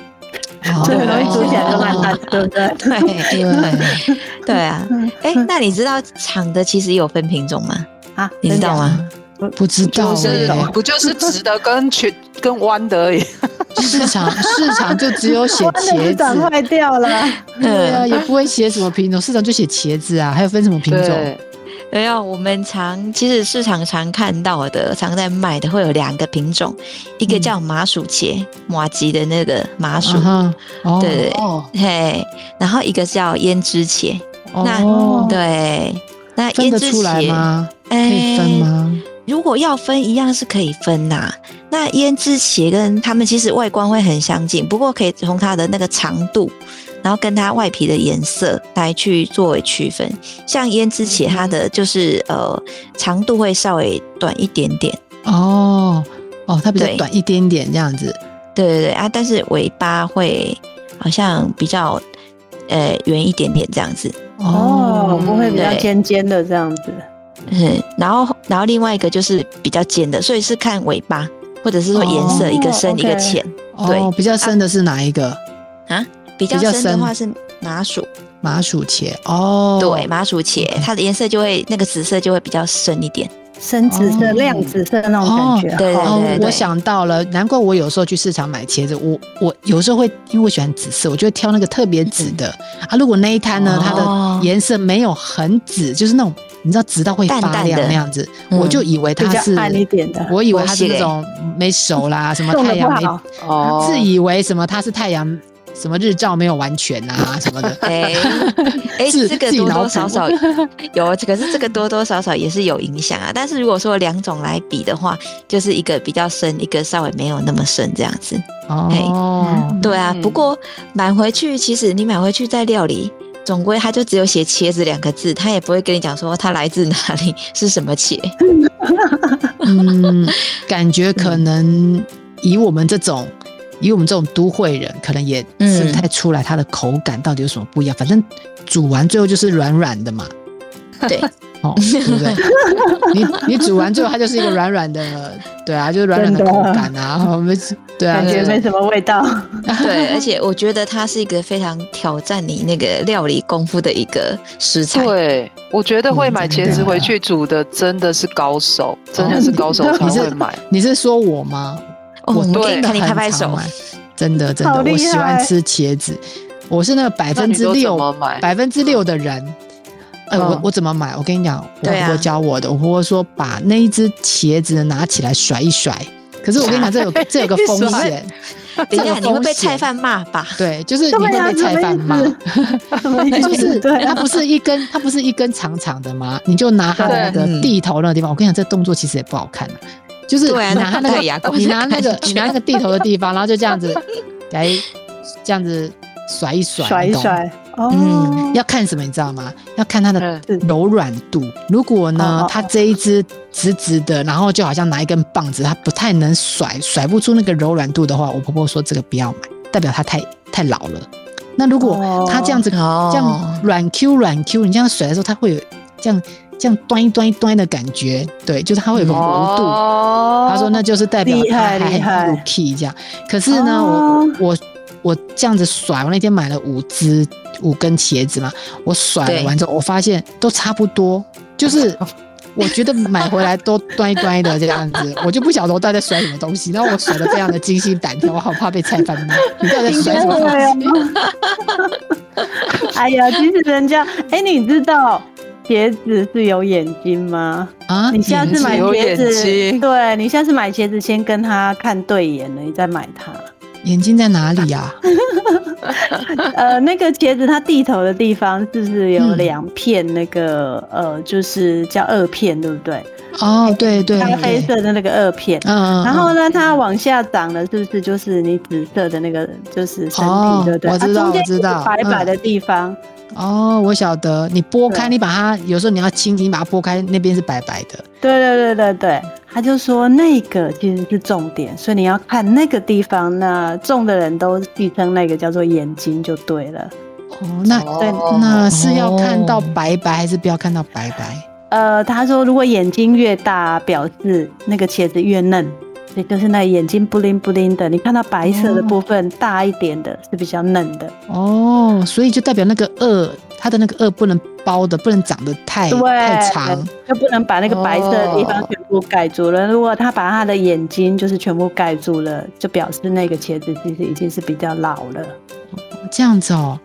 S5: 这很容易煮起来就烂
S2: 哦
S5: 蛋，对不对？
S3: 对 对
S2: 对，
S3: 对啊！
S5: 嗯
S3: 哎，那你知道长的其实也有分品种吗？
S5: 啊，
S3: 你知
S5: 真假
S3: 道？吗？
S2: 不知道
S4: 就是
S2: 哎、
S4: 不就是直的跟曲跟弯的而已，
S2: 市场市场就只有写
S5: 哇那你
S2: 茄
S5: 长
S2: 子，
S5: 坏掉了，
S2: 对啊，也不会写什么品种，市场就写茄子啊，还有分什么品种？
S4: 对，
S3: 没有，我们常其实市场常看到的、常在卖的会有两个品种，一个
S2: 嗯
S3: 叫麻薯茄，马吉的那个麻薯，
S2: 哼，哦
S3: 对对
S2: 哦，
S3: 嘿，然后一个叫胭脂茄，那
S2: 哦
S3: 对，那
S2: 分
S3: 胭
S2: 得
S3: 脂
S2: 出来
S3: 茄
S2: 吗？
S3: 哎
S2: 可以分？吗？
S3: 如果要分，一样是可以分呐、那胭脂茄跟它们其实外观会很相近，不过可以从它的那个长度，然后跟它外皮的颜色来去作为区分。像胭脂茄，它的就是呃长度会稍微短一点点。
S2: 哦哦，它比较
S3: 对
S2: 短一点点这样子。
S3: 对对对啊，但是尾巴会好像比较呃圆一点点这样子，
S5: 哦，
S2: 哦
S5: 不会比较
S3: 对
S5: 尖尖的这样子，
S3: 嗯，然后然后另外一个就是比较尖的，所以是看尾巴或者是说颜色，
S5: 哦
S3: 一个深一个
S5: OK
S3: 浅，
S2: 哦，比较深的是哪一个？
S3: 比较
S2: 比较
S3: 深的
S2: 深
S3: 话是麻薯，
S2: 麻薯茄哦，嗯
S3: 对，麻薯茄
S2: OK
S3: 它的颜色就会那个紫色就会比较深一点，
S5: 深紫色、
S2: 哦
S5: 亮紫色那种感觉。
S3: 对对
S5: 好
S2: 哦
S3: 对，对
S2: 我想到了，难怪我有时候去市场买茄子，我我有时候会因为我喜欢紫色，我就会挑那个特别紫的、啊。如果那一摊呢，它
S3: 嗯哦
S2: 的颜色没有很紫，就是那种你知道紫到会
S3: 淡
S2: 发
S3: 淡
S2: 亮
S3: 的
S2: 那样子，
S3: 嗯
S2: 我就以为
S5: 比
S2: 它
S5: 较
S2: 是，
S5: 暗一点的
S2: 我以为它是
S3: 我
S2: 那
S3: 也
S2: 种没熟啦，什么
S5: 种的
S2: 太
S5: 不
S2: 阳没啊
S5: 好，
S4: 哦，
S2: 自以为什么它是太阳什么日照没有完全啊什么的。
S3: 哎哎，
S2: 自
S3: 这个
S2: 自己
S3: 多
S2: 脑补
S3: 多 少少有，可是这个多多少少也是有影响啊。但是如果说两种来比的话，就是一个比较深，一个稍微没有那么深这样子。
S2: 哦，
S3: 对啊，
S4: 嗯
S3: 不过买回去，其实你买回去在料理，总归它就只有写茄子两个字，它也不会跟你讲说它来自哪里，是什么 茄。
S2: 嗯，感觉可能以我们这种。以我们这种都会人，可能也吃不太出来它的口感到底有什么不一样。反正煮完最后就是软软的嘛，
S3: 对，
S2: 哦，对不对？你你煮完最后它就是一个软软的，对啊，就是软软的
S5: 真的
S2: 口感啊。我们对啊，
S5: 感觉
S2: 这种
S5: 没什么味道。
S3: 对，而且我觉得它是一个非常挑战你那个料理功夫的一个食材。
S4: 对，我觉得会买
S2: 嗯真的
S4: 茄子回去煮的真的是高手，真的是高 手才
S2: 你是
S4: 会买。
S2: 你是说我吗？
S3: 哦，我们可
S2: 真
S3: 以
S2: 的
S3: 看你拍
S2: 很
S3: 拍
S2: 常
S3: 手
S2: 买，真的真
S5: 好
S2: 的，
S5: 厉
S2: 我喜欢
S5: 害
S2: 吃茄子，我是那个百
S4: 那
S2: 分
S4: 你
S2: 之
S4: 都怎
S2: 六
S4: 么买
S2: 百分之六的人。呃，我
S4: 嗯
S2: 我怎么买？我跟你讲，我
S3: 对啊
S2: 婆婆教我的。我婆婆说，把那一只茄子拿起来甩一甩。可是我跟你讲， 这有这有个风
S4: 甩
S2: 险，这
S3: 等一
S2: 有
S3: 下你会被
S2: 风险
S3: 菜贩骂吧？
S2: 对，就是你
S5: 对啊
S2: 会
S5: 呀，
S2: 被菜贩骂。
S5: 什么意思？
S2: 就是 哎
S5: 对
S2: 它
S5: 啊，
S2: 不是一根，它不是一根长长的吗？你就拿它的那
S3: 对
S2: 个
S3: 嗯
S2: 地头那个地方，我跟你讲，这动作其实也不好看、啊，就是
S3: 对啊
S2: 你拿它
S3: 那
S2: 那
S3: 对呀
S2: 个，
S3: 光
S2: 你
S3: 是
S2: 拿那个
S3: 感，觉
S2: 你拿那个地头的地方，然后就这样子来，这样子甩一甩，
S5: 甩一
S2: 你懂吗
S5: 甩。哦，
S3: 嗯
S2: 要看什么，你知道吗？要看它的
S4: 嗯
S5: 是
S2: 柔软度。如果
S5: 哦
S2: 呢
S5: 哦，
S2: 它这一只直直的，然后就好像拿一根棒子，它不太能甩，甩不出那个柔软度的话，我婆婆说这个不要买，代表它太太老了。那如
S5: 哦
S2: 果它这样子、
S3: 哦
S2: 这样软 Q 软 Q，你这样甩的时候，它会有这样这样端一端一端的感觉，对，就是它会有个弧度。
S4: 嗯哦
S2: 他说那就是代表
S5: 厉
S2: 他
S5: 害厉
S2: 还
S5: 害
S2: 有 key 这样。可是呢，
S5: 哦
S2: 我我我这样子甩，我那天买了五只五根茄子嘛，我甩了
S3: 对
S2: 完之后，我发现都差不多，就是。 我觉得买回来都端一端的这样子， 我就不晓得我到底在甩什么东西。然后我甩的非常的惊心胆跳，我好怕被菜贩骂。你到底在
S5: 应
S2: 甩
S5: 该
S2: 什么
S5: 会
S2: 东西？
S5: 哦。 哎呀，其实人家，哎，你知道茄子是有眼睛吗？
S2: 啊？
S5: 你下次买
S4: 有
S5: 茄
S4: 眼
S5: 子，
S4: 睛
S5: 对你下次买茄子，先跟他看对眼了，你再买它。
S2: 眼睛在哪里啊呀、
S5: 呃，那个茄子它地头的地方是不是有
S2: 嗯
S5: 两片那个、呃，就是叫二片，对不对？
S2: 哦，对对
S5: 咖啡
S2: 对，
S5: 色的那个二片。
S2: 嗯，
S5: 然后呢，它往下长的，是不是就是你紫色的那个，就是身体，
S2: 哦
S5: 对不对？
S2: 我知道
S5: 啊、中间
S2: 我知道嗯
S5: 有白白的地方，
S2: 哦，我晓得，你剥开，
S5: 对
S2: 你把它有时候你要轻轻把它剥开，那边是白白的。
S5: 对对对对对。他就说那个其实是重点，所以你要看那个地方。那种的人都戏称那个叫做眼睛就对了。
S2: 哦，那
S5: 对
S2: 那是要看到
S3: 哦
S2: 白白还是不要看到白白？
S5: 呃，他说如果眼睛越大，表示那个茄子越嫩，也就是那眼睛布灵布灵的。你看到白色的部分大一点的是比较嫩的，
S2: 哦，所以就代表那个萼，它的那个萼不能包的，不能长得太
S5: 对，
S2: 哎太长。
S5: 就不能把那个白色的地方全部盖住了。如果他把他的眼睛就是全部盖住了，就表示那个茄子其实已经是比较老了。
S2: 这样子哦。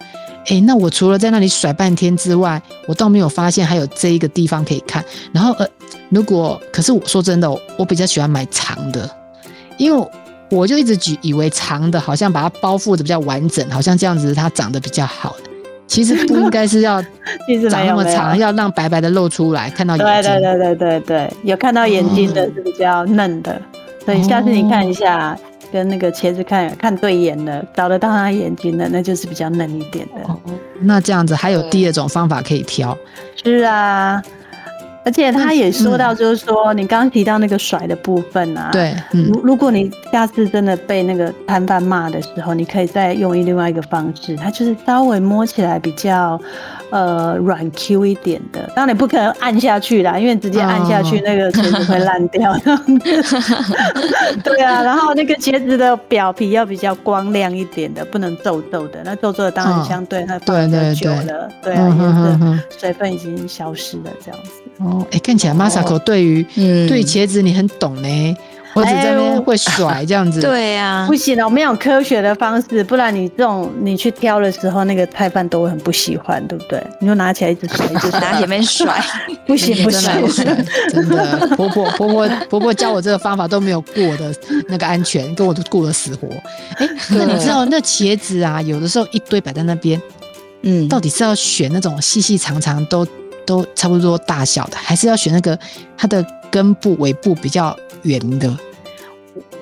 S2: 诶，那我除了在那里甩半天之外，我倒没有发现还有这一个地方可以看。然后呃，如果可是我说真的，我比较喜欢买长的，因为我就一直举以为长的好像把它包覆的比较完整，好像这样子它长得比较好其实不应该是 要
S5: 其实
S2: 长
S5: 没
S2: 那
S5: 有
S2: 么
S5: 没有
S2: 长，。要让白白的露出来，看到眼
S5: 对
S2: 睛。
S5: 对对对对对，有看到眼睛的是比较嫩的，
S2: 嗯
S5: 所以下次你看一下，跟那个茄子看看对眼了，找得到他眼睛的，那就是比较嫩一点的。
S2: 哦那这样子还有
S4: 对
S2: 第二种方法可以挑，
S5: 是啊，而且他也
S2: 嗯
S5: 说到，就是说、你刚刚提到那个甩的部分啊，。
S2: 对，嗯，
S5: 如如果你下次真的被那个摊贩骂的时候，你可以再用另外一个方式，它就是稍微摸起来比较呃软 Q 一点的。当然你不可能按下去啦，因为直接按下去
S2: 哦
S5: 那个茄子会烂掉。啊 对啊，然后那个茄子的表皮要比较光亮一点的，不能皱皱的。那皱皱的当然
S2: 嗯
S5: 相对它放
S2: 对
S5: 的
S2: 对
S5: 久
S2: 对
S5: 哦了，对啊，
S2: 嗯哼
S5: 颜
S2: 哼
S5: 色
S2: 哼
S5: 水分已经消失了这样子。
S2: 哦，哦，哎，看起来 Masako 对于
S3: 嗯哎
S2: 对茄子你很懂呢，我只在那边会甩这样子。
S3: 对啊
S5: 不，行了，我们要有科学的方式，不然你这种你去挑的时候，那个菜饭都会很不喜欢，对不对？你就拿起来一直甩，一 直
S3: 拿
S5: 甩，
S3: 前面甩，
S5: 不行不
S2: 真的
S5: 行
S2: 很，狠，真的，婆婆婆 婆婆婆教我这个方法都没有顾我的那个安全，跟我都顾了死活。哎，那你知道那茄子啊，有的时候一堆摆在那边，
S3: 嗯，
S2: 到底是要选那种细细长长都都差不多大小的，还是要选那个它的根部尾部比较圆的？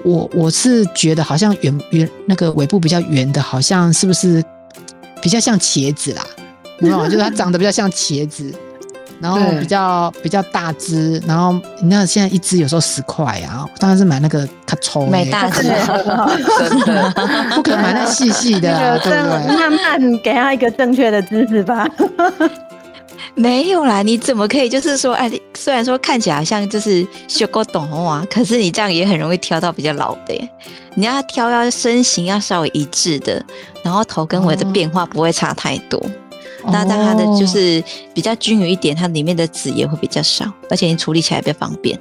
S2: 我我是觉得好像圆圆那个尾部比较圆的，好像是不是比较像茄子啦？你知道吗？就是它长得比较像茄子，然后
S4: 对
S2: 比较比较大只，然后你看现在一只有时候十块啊，当然是买那个卡抽，
S3: 买大只
S5: 对，很好
S4: 真的。
S2: 不可能买那细细的、啊，
S5: 那个
S2: 对不对
S5: 正？慢慢给他一个正确的姿势吧。
S3: 没有啦，你怎么可以就是说，哎，你虽然说看起来像就是学过懂红啊，可是你这样也很容易挑到比较老的耶。你要挑要身形要稍微一致的，然后头跟尾的
S2: 哦
S3: 变化不会差太多。那但它的
S2: 哦
S3: 就是比较均匀一点，它里面的籽也会比较少，而且你处理起来比较方便。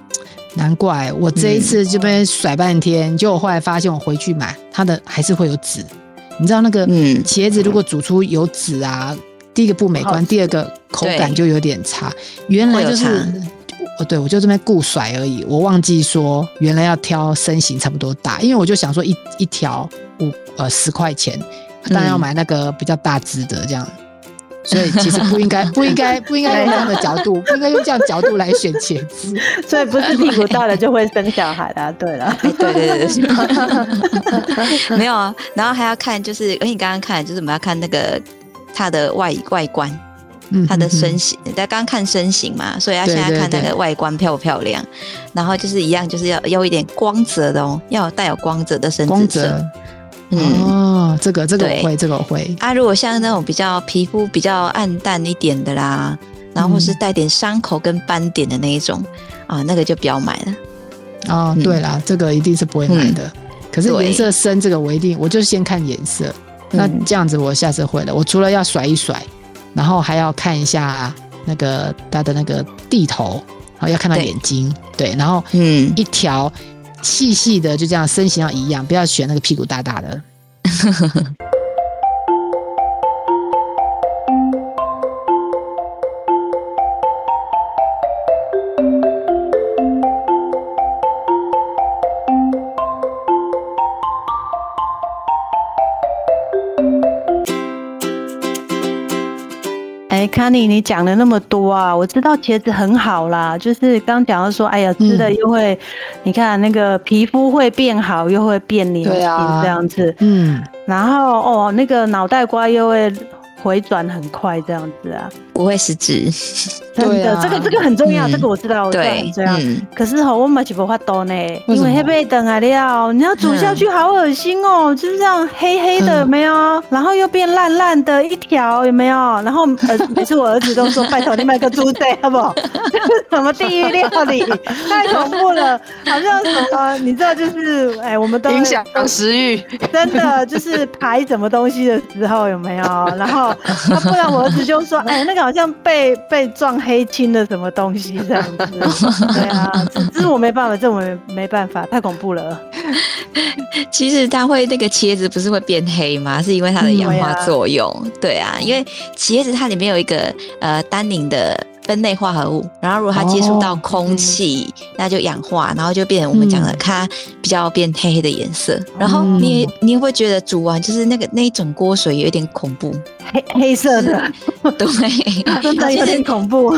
S2: 难怪我这一次这边甩半天，结果后来发现我回去买它的还是会有籽。你知道那个
S3: 嗯
S2: 茄子如果煮出有籽啊，第一个不美观，第二个口感
S3: 对
S2: 就有点差。原来就是
S3: 会有差
S2: 我对我就这边顾甩而已，我忘记说原来要挑身形差不多大，因为我就想说一一条五呃十块钱，当然要买那个比较大只的这样。所以其实不应该，不应该，不应该用这样的角 度，不应该用这样角度来选茄子。
S5: 所以不是屁股大了就会生小孩啦。对了，
S3: 哎， 对对对 对，没有啊。然后还要看，就是而且你刚刚看，就是我们要看那个它的外外观，
S2: 嗯
S3: 它的
S2: 嗯嗯
S3: 身形。大家刚刚看身形嘛，所以要
S2: 对
S3: 现在
S2: 对
S3: 看那
S2: 对
S3: 个外观漂不漂亮。然后就是一样，就是要要一点光泽的哦，要有带有光泽的深
S2: 光
S3: 紫色。
S2: 泽，
S3: 嗯。
S2: 哦，这个这个
S3: 对
S2: 我会，这个我会，
S3: 啊，如果像那种比较皮肤比较暗淡一点的啦，然后或是带点伤口跟斑点的那一种、啊，那个就不要买了。
S2: 哦，
S3: 嗯
S2: 对啦，这个一定是不会买的。可是
S3: 对
S2: 颜色深，这个我一定，我就先看颜色。那
S3: 嗯
S2: 这样子，我下次会了。我除了要甩一甩，然后还要看一下那个它的那个地头，然后要看到
S3: 对
S2: 眼睛，对，然后
S3: 嗯，
S2: 一条细细的，就这样身形要一样，不要选那个屁股大大的。
S5: 哎，康妮，你讲了那么多啊，我知道茄子很好啦，就是刚讲到说，哎呀，吃
S2: 嗯
S5: 了又会，你看那个皮肤会变好，又会变年轻
S2: 对啊
S5: 这样子，
S2: 嗯，
S5: 然后哦，那个脑袋瓜又会回转很快这样子啊，
S3: 不会失职。
S5: 真
S2: 对
S5: 的，
S2: 啊
S5: 这个这个很重要，
S2: 嗯
S5: 这个我知道，我知道
S3: 对
S5: 很，重要。
S3: 嗯，
S5: 可是哦吼，我嘛是无法度呢，
S2: 为什
S5: 因
S2: 么
S5: 为黑被等来了，你要煮下去好恶心哦，就是这样黑黑的，
S2: 嗯
S5: 没有，然后又变烂烂的一条，有没有？然后呃，每次我儿子都说，拜托你买个猪仔好不好？ 这是什么地狱料理？太恐怖了，好像什么，呃你知道就是，哎，我们都
S4: 影响食欲，
S5: 真的就是排什么东西的时候有 没有？然后，啊、不然我儿子就说：“哎、那个好像被被撞黑青的什么东西这样子。”对啊，这这是我没办法，这我没没办法，太恐怖了。
S3: 其实它会那个茄子不是会变黑吗？是因为它
S2: 嗯
S3: 的氧化作用。对啊，因为茄子它里面有一个呃单宁的酚类化合物，然后如果它接触到空气，那就氧化，然后就变成我们讲的
S2: 哦嗯
S3: 它比较变黑黑的颜色。然后你也你也会觉得煮完就是那个那一整锅水有一点恐 怖，
S5: 黑黑色的，
S3: 对，
S5: 真的有点恐怖，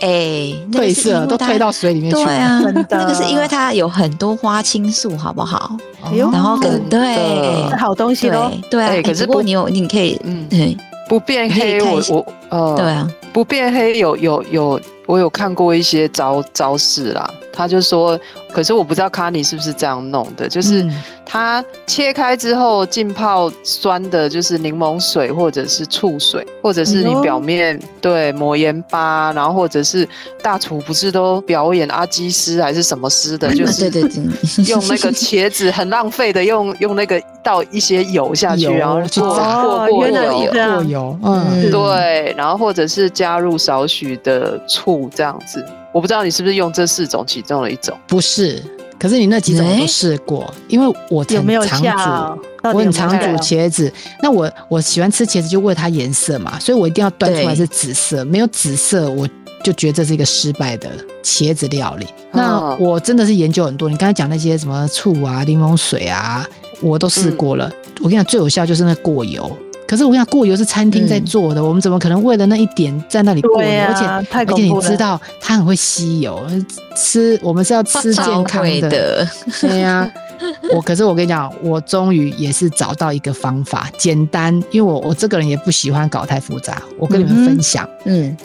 S3: 哎，那
S2: 褪
S3: 个是因
S2: 色
S3: 为
S2: 都
S3: 它
S2: 退到水里面去
S3: 对
S2: 了。
S3: 啊
S5: 真，的
S3: 那个是因为它有很多花青素，好不好？
S2: 哦
S5: 哎呦
S3: 然后
S4: 真
S3: 跟
S4: 的
S3: 对
S5: 是好东西咯。
S3: 对对啊，
S4: 哎
S3: 哎
S4: 可是
S3: 不过
S4: 不
S3: 你有你可以
S4: 嗯，
S3: 对
S4: 不变
S3: 你可以
S4: 黑，
S3: 看
S4: 我
S3: 一下
S4: 我呃，
S3: 对啊，
S4: 不变黑有有有，我有看过一些招招式啦。他就说，可是我不知道卡尼是不是这样弄的，就是
S2: 嗯
S4: 它切开之后浸泡酸的，就是柠檬水或者是醋水，或者是
S5: 哎
S4: 你
S5: 呦
S4: 表面对抹盐巴，然后或者是大厨不是都表演阿基师还是什么师的，就
S3: 啊 对
S4: 是
S3: 对对，
S4: 用那个茄子很浪费的用用那个倒一些油 下去，
S2: 油
S4: 然后
S2: 去
S4: 过
S2: 炸
S4: 过
S5: 哦，
S4: 过
S5: 原来
S4: 油
S5: 是这
S2: 过
S5: 样。
S2: 油，嗯，
S3: 嗯
S4: 对，然后或者是加入少许的醋这样子，我不知道你是不是用这四种其中的一种。
S2: 不是，可是你那几种我都试过，因为我
S5: 有没有
S2: 常
S5: 效？
S2: 煮，
S5: 到底
S2: 我很
S5: 有没有
S2: 常
S5: 效
S2: 煮茄子，那我我喜欢吃茄子，就为它颜色嘛，所以我一定要端出来
S3: 对
S2: 是紫色，没有紫色我就觉得这是一个失败的茄子料理。那
S4: 哦
S2: 我真的是研究很多，你刚才讲那些什么醋啊、柠檬水啊，我都试过了。我跟你讲，最有效就是那过油。可是我跟你讲，过油是餐厅在
S3: 嗯
S2: 做的，我们怎么可能为了那一点在那里过油？
S5: 对
S2: 而且
S5: 啊，太
S2: 而且
S5: 恐
S2: 你
S5: 怖
S2: 知
S5: 了。
S2: 道它很会吸油，吃我们是要吃健
S3: 超
S2: 康
S3: 会的，
S2: 对呀、我可是我跟你讲，我终于也是找到一个方法，简单，因为我我这个人也不喜欢搞太复杂。我跟你
S5: 嗯哼
S2: 们分享，
S3: 嗯，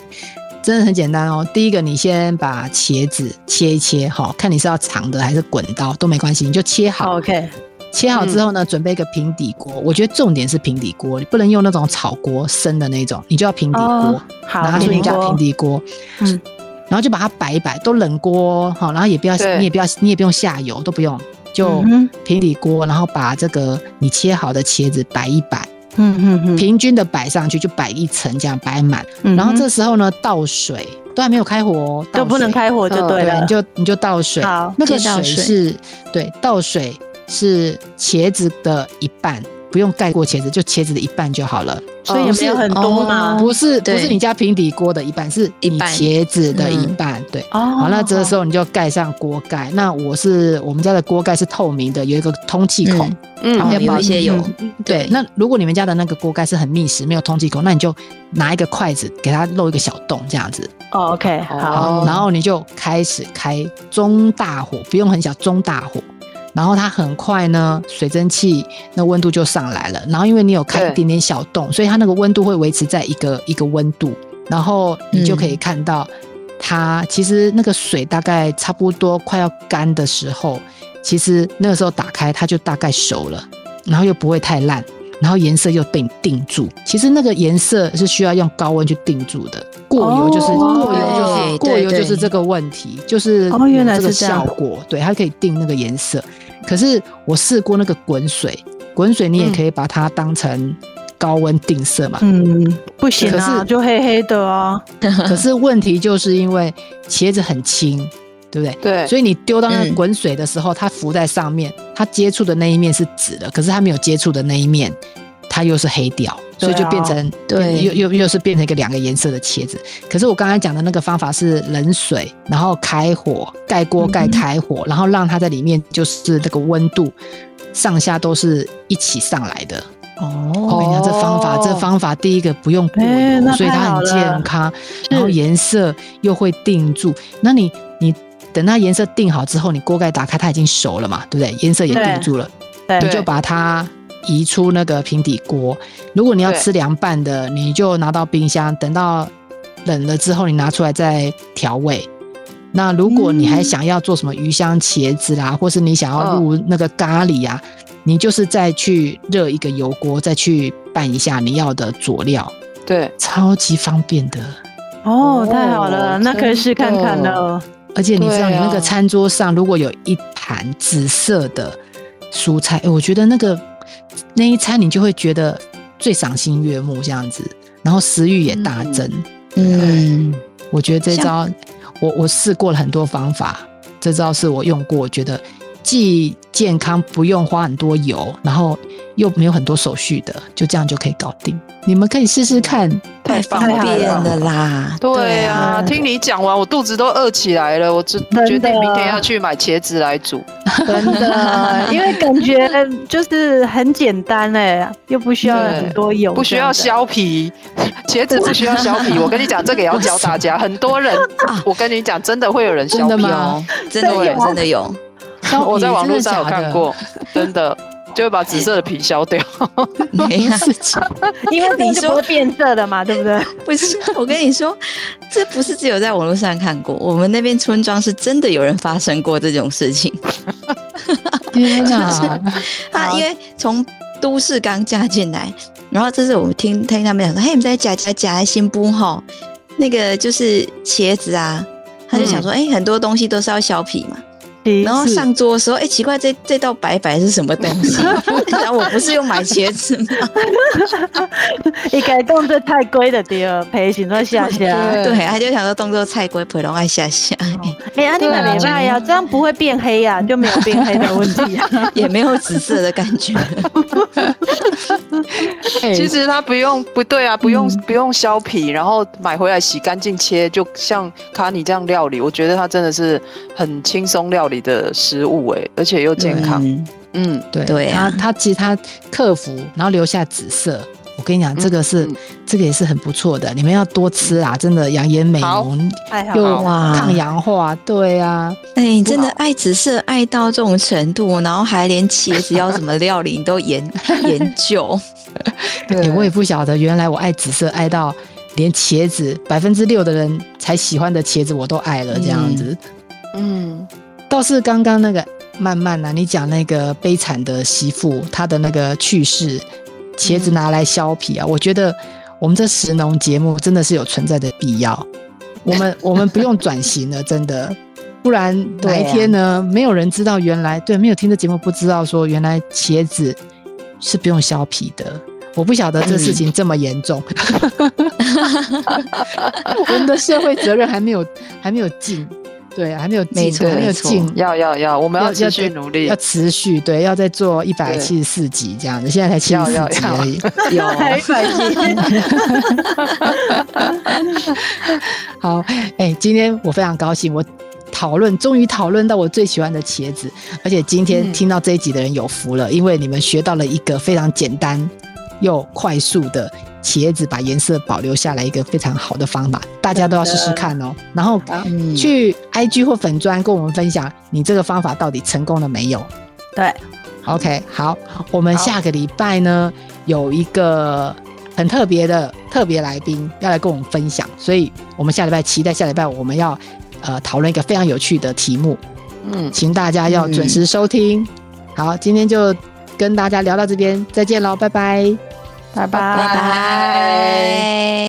S2: 真的很简单哦。第一个，你先把茄子切一切，哈，看你是要长的还是滚刀都没关系，你就切好。
S5: OK，
S2: 切好
S5: 嗯
S2: 之后呢，准备一个平底锅。我觉得重点是平底锅，你不能用那种炒锅生的那种，你就要平底锅。
S5: 哦，
S2: 然
S5: 好，
S2: 后去
S5: 平
S2: 你
S5: 底
S2: 家平
S5: 锅，
S2: 底锅，
S5: 嗯
S2: 然后就把它摆一摆，都冷锅哦好，然后也不要，
S4: 对
S2: 你也不要，你也不用下油，都不用，就
S5: 嗯哼
S2: 平底锅，然后把这个你切好的茄子摆一摆，
S5: 嗯嗯
S2: 平均的摆上去，就摆一层这样摆满，
S5: 嗯，
S2: 然后这
S5: 嗯
S2: 时候呢倒水，都还没有开火哦，
S5: 哼就不能
S2: 倒水，
S5: 开火就
S4: 嗯
S5: 对
S2: 对，
S5: 了
S2: 你。就你就倒水，
S5: 好，
S2: 那个
S3: 先倒
S2: 水
S3: 水
S2: 是，对，倒水是茄子的一半，不用盖过茄子，就茄子的一半就好了。
S5: 所以也没有很多嘛。
S2: 不哦是不是
S3: 啊对
S2: 你家平底锅的一半，是
S3: 一
S2: 你
S3: 半嗯
S2: 茄子的一半。对，
S5: 哦，
S2: 好，那这个时
S5: 候
S2: 候你就盖上锅盖。那我是我们家的锅盖是透明的，有一个通气孔。
S3: 嗯
S4: 嗯
S2: 好
S3: 哦，有一些有，
S2: 对，那如果你们家的那个锅盖是很密实，没有通气孔，那你就拿一个筷子给它漏一个小洞，这样子。
S5: OK，好，
S4: 哦
S2: 然后你就开始开中大火，不用很小，中大火。然后它很快呢，水蒸气那温度就上来了。然后因为你有开
S4: 对
S2: 一点点小洞，所以它那个温度会维持在一个一个温度。然后你就可以
S3: 嗯
S2: 看到它，其实那个水大概差不多快要干的时候，其实那个时候打开它就大概熟了，然后又不会太烂，然后颜色又被你定住。其实那个颜色是需要用高温去定住的。过油就是、
S5: 哦
S2: 过油就是
S3: 对
S2: 过油
S3: 对
S2: 就是这个问题，就是
S5: 哦原来
S2: 有这个
S5: 是这样
S2: 效果，对，它可以定那个颜色。可是我试过那个滚水，滚水你也
S4: 嗯
S2: 可以把它当成高温定色 嘛。
S5: 嗯，不行
S2: 可
S5: 啊，
S2: 是
S5: 就黑黑的哦。
S2: 可是问题就是因为茄子很轻，对不对？
S4: 对，
S2: 所以你丢到那个
S3: 嗯
S2: 滚水的时候，它浮在上面，它接触的那一面是紫的，可是它没有接触的那一面，它又是黑掉，所以就
S5: 对啊
S2: 变成
S3: 对
S2: 又又又是变成一个两个颜色的茄子。可是我刚才讲的那个方法是冷水，然后开火，盖锅盖
S5: 嗯
S2: 开火，然后让它在里面就是那个温度上下都是一起上来的。我跟你讲，这方法，这方法第一个不用过油，
S5: 哦哎那
S2: 所以
S5: 太
S2: 它
S5: 好
S2: 很
S5: 了
S2: 健康，然后
S5: 是
S2: 颜色又会定住。那你你等它颜色定好之后，你锅盖打开，它已经熟了嘛，对不对？颜色也
S5: 对
S2: 定住了，
S5: 对
S2: 你就把它移出那个平底锅。如果你要
S4: 对
S2: 吃凉拌的，你就拿到冰箱，等到冷了之后，你拿出来再调味。那如果你还想要做什么鱼香茄子啦，或是你想要入那个咖喱啊，你就是再去热一个油锅，再去拌一下你要的佐料，
S4: 对，
S2: 超级方便的。
S5: 哦，太好了，
S4: 哦
S5: 那可以试看看了。
S2: 而且你知道，
S4: 对
S2: 你
S4: 啊
S2: 那个餐桌上如果有一盘紫色的蔬菜，诶我觉得那个那一餐你就会觉得最赏心悦目这样子，然后食欲也大增。
S3: 嗯，
S2: 我觉得这
S3: 像
S2: 招，我我试过了很多方法，这招是我用过，我觉得既健康不用花很多油，然后又没有很多手续的，就这样就可以搞定。你们可以试试看。
S4: 嗯
S3: 太方便了啦，
S4: 对啊，
S5: 啊
S4: 听你讲完，我肚子都饿起来了，我就
S5: 的
S4: 决定明天要去买茄子来煮。
S2: 哦
S5: 真的，因为感觉就是很简单哎，又不需要
S4: 对
S5: 很多油，
S4: 不需要
S5: 这样
S4: 削皮， 茄子不需要削 皮。我跟你讲，这个也要教大家。很多人，我跟你讲，真的会有人削
S2: 啊真
S4: 皮
S2: 的
S4: 哦
S2: 吗。
S3: 真的有，真的 有，
S4: 我在网络上
S2: 真的假的
S4: 有看，过，真的就会把紫色的皮削掉。
S3: 没啊有。
S2: 事情。
S5: 的，因为你
S3: 你
S5: 就
S3: 说
S5: 不会变色的嘛，对不对？
S3: 不是，我跟你说，这不是只有在网络上看过，我们那边村庄是真的有人发生过这种事情。
S2: 天哪！
S3: 他因为从都市刚嫁进来，然后这是我们听听他们讲说，嘿，你们在夹夹夹新布吼，嗯那个就是茄子啊，他就想说，哎、很多东西都是要削皮嘛，
S5: 西
S3: 然后上桌的时候，哎、奇怪，这这道白白是什么东西？ 然后我不是又买茄子吗？
S5: 伊家讲这太贵了对了，赔钱都下下。
S3: 对，哦他就想说动作菜龟，培龙爱下下，
S5: 哎，安尼嘛没卖呀，这样不会变黑呀、就没有变黑的问题、啊。
S3: 也没有紫色的感 觉。
S2: 哎嗯
S4: 其实它不用不对啊，不用、不用削皮，然后买回来洗干净切，就像卡尼这样料理，我觉得它真的是很轻松料理的食物哎、而且又健康。
S3: 嗯
S4: 嗯，
S2: 对
S3: 对啊
S2: 他他其实他克服，然后留下紫色。我跟你讲，这个是、
S4: 嗯
S2: 这个也是很不错的，你们要多吃啊！真的养颜美
S4: 好啊
S2: 容
S5: 太好
S2: 又
S5: 了，
S3: 哇
S2: 抗氧化，对啊，
S3: 哎、你真的爱紫色爱到这种程度，然后还连茄子要怎么料理你都 研研究，
S2: 欸我也不晓得，原来我爱紫色爱到连茄子百分之六的人才喜欢的茄子我都爱了，这样子。
S4: 嗯，
S2: 倒是刚刚那个曼曼啊，你讲那个悲惨的媳妇她的那个去世，茄子拿来削皮啊，我觉得我们这食农节目真的是有存在的必要。我们我们不用转型了，真的，不然哪一天呢，没有人知道原来对没有听这节目不知道说原来茄子是不用削皮的。我不晓得这事情这么严重，我们的社会责任还没有还没有尽，对，还没有
S3: 没
S2: 尽，
S3: 错
S2: 还没有
S3: 没错
S2: 尽，
S4: 要要要，我们要持续努力
S2: 要。持续对，要再做一百七十四集这样子，现在才七十
S4: 要要哦
S2: 四集而已。
S3: 有
S5: 太白痴。
S2: 好，哎、今天我非常高兴，我讨论终于讨论到我最喜欢的茄子，而且今天
S4: 嗯
S2: 听到这一集的人有福了，因为你们学到了一个非常简单又快速的茄子把颜色保留下来一个非常好的方法，大家都要试试看哦。然后
S3: 嗯
S2: 去 IG 或粉砖跟我们分享你这个方法到底成功了没有。
S5: 对，
S2: OK，好，我们下个礼拜呢有一个很特别的特别来宾要来跟我们分享，所以我们下礼拜期待下礼拜我们要呃讨论一个非常有趣的题目，
S4: 嗯，
S2: 请大家要准时收听。好，今天就跟大家聊到这边，再见喽，拜拜。
S5: 拜
S3: 拜
S5: 拜。
S3: 拜。